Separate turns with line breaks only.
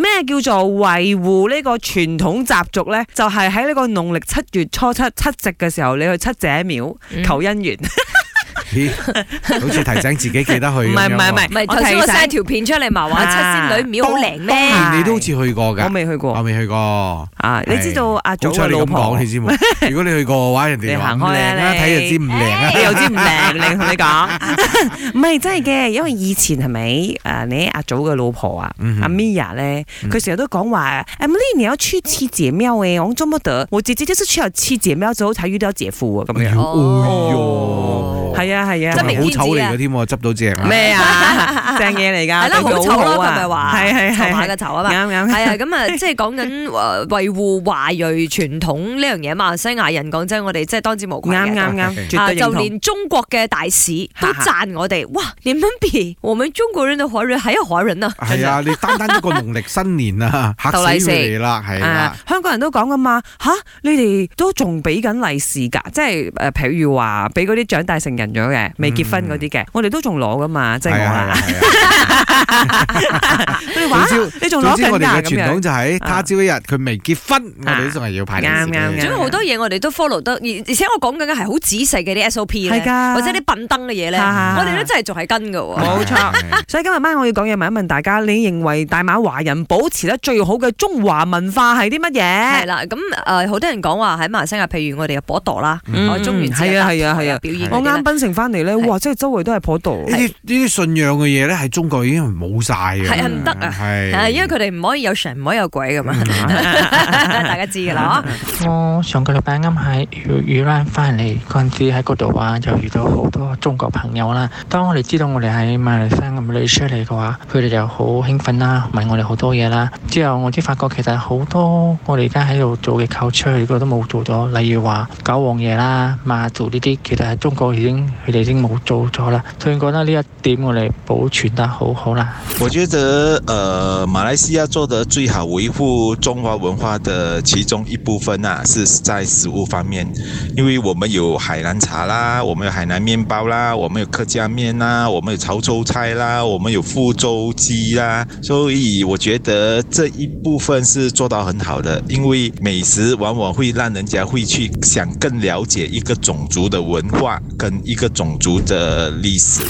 係叫做維護呢個傳統習俗咧，就係喺呢個農曆七月初七七夕嘅時候，你去七姐廟
嗯
求姻緣。
咦好似提醒自己記得去咁
唔係
樣
唔係唔
喎
係
唔係
我
頭先
提
我
醒啊
send 條片出嚟嘛，話七仙女廟好
當
靚咩？
然
連你都好似去過
我
㗎，
未去
我
過
未去過。
啊！你知道阿祖
好彩
嘅
你
老
咁
婆
講，你，知冇？如果你去過嘅話，人哋
你
話
行
唔
開
靚
啦
啦，睇就知唔靚啊。
你又知唔靚？你同你講， 唔係真係嘅，因為以前係咪誒你阿祖嘅老婆啊？
嗯哼嗯
阿 Mia 咧，佢成日都講話，Emily 你要去七姐廟誒，我做乜得？我姐姐就是去了七姐廟之後才遇到姐夫啊，咁
哎
樣。
哦，
係啊係啊，
真係明
好醜嚟嘅添喎，執到隻啊
咩 啊？正嘢嚟㗎，
係啦，好
對佢
醜
好
咯，
啊
佢咪話
係係
籌碼
係
嘅籌啊嘛。
啱啱。
係啊，咁啊，即係講緊誒維護華裔傳統呢樣嘢，馬來西亞人講真，我哋即係當之無愧嘅
啱啱啱，絕
啊，
對
就
認同。
連中國嘅大使都讚我哋，哇！你們比我們中國人的華人還要華人啊！
係啊，你單單一個農曆新 年啊，嚇死
鬥利是
佢哋啦，係
啊
啦，！
香港人都講噶嘛，吓你哋都仲俾緊利是㗎，即係誒，譬如話俾嗰啲長大成人咗嘅、未結婚嗰啲嘅，我哋都仲攞噶嘛，即係
係
我
啊，
啊，
係啊。
你
總
話
之
你仲
總
攞
之
緊
我哋
㗎咁
嘅傳統
樣，啊
就係他朝一日佢未結婚，我哋都仲係要派利是
啱啱
總
嘅
啱
之好多嘢我哋都 follow 得，而而且我講緊嘅係好仔細嘅啲 SOP
係
咧，
㗎，
或者啲笨燈嘅嘢咧，
啊
我哋都真係仲係跟㗎喎。
冇錯
係啊
所以今日晚我要講嘢問一問大家，你認為大馬華人保持得最好嘅中華文化係啲乜
係
嘢？
啦，咁誒好多人講話喺馬來西亞，譬如我哋嘅波度啦，
嗯
我中原之
係啊係啊係啊！
表演
我
嗰啲
啱
呢
檳城翻嚟咧，
係
哇！即係周圍都係婆度。
呢啲呢啲信仰嘅嘢咧，喺中國已經冇晒嘅，
係啊唔得啊
係
係因為佢哋唔可以有神，唔可以有鬼咁啊，
嗯
大家知 㗎啦。哦嗬
我上個禮拜啱喺越南翻嚟嗰陣時喺嗰度啊，就遇到好多中國朋友啦。當我哋知道我哋喺馬來西亞咁嚟出嚟嘅話，佢哋就好興奮啦，問我哋好多嘢啦。之後我先發覺其實好多我哋而家喺度做嘅 culture 佢哋都冇做咗，例如話九皇爺啦、馬祖呢啲，其實喺中國已經佢哋已經冇做咗啦。所以覺得呢一點我哋保存得好好啦。
我觉得呃，马来西亚做得最好维护中华文化的其中一部分啊，是在食物方面，因为我们有海南茶啦，我们有海南面包啦，我们有客家面啦，我们有潮州菜啦，我们有福州鸡啦，所以我觉得这一部分是做到很好的，因为美食往往会让人家会去想更了解一个种族的文化跟一个种族的历史。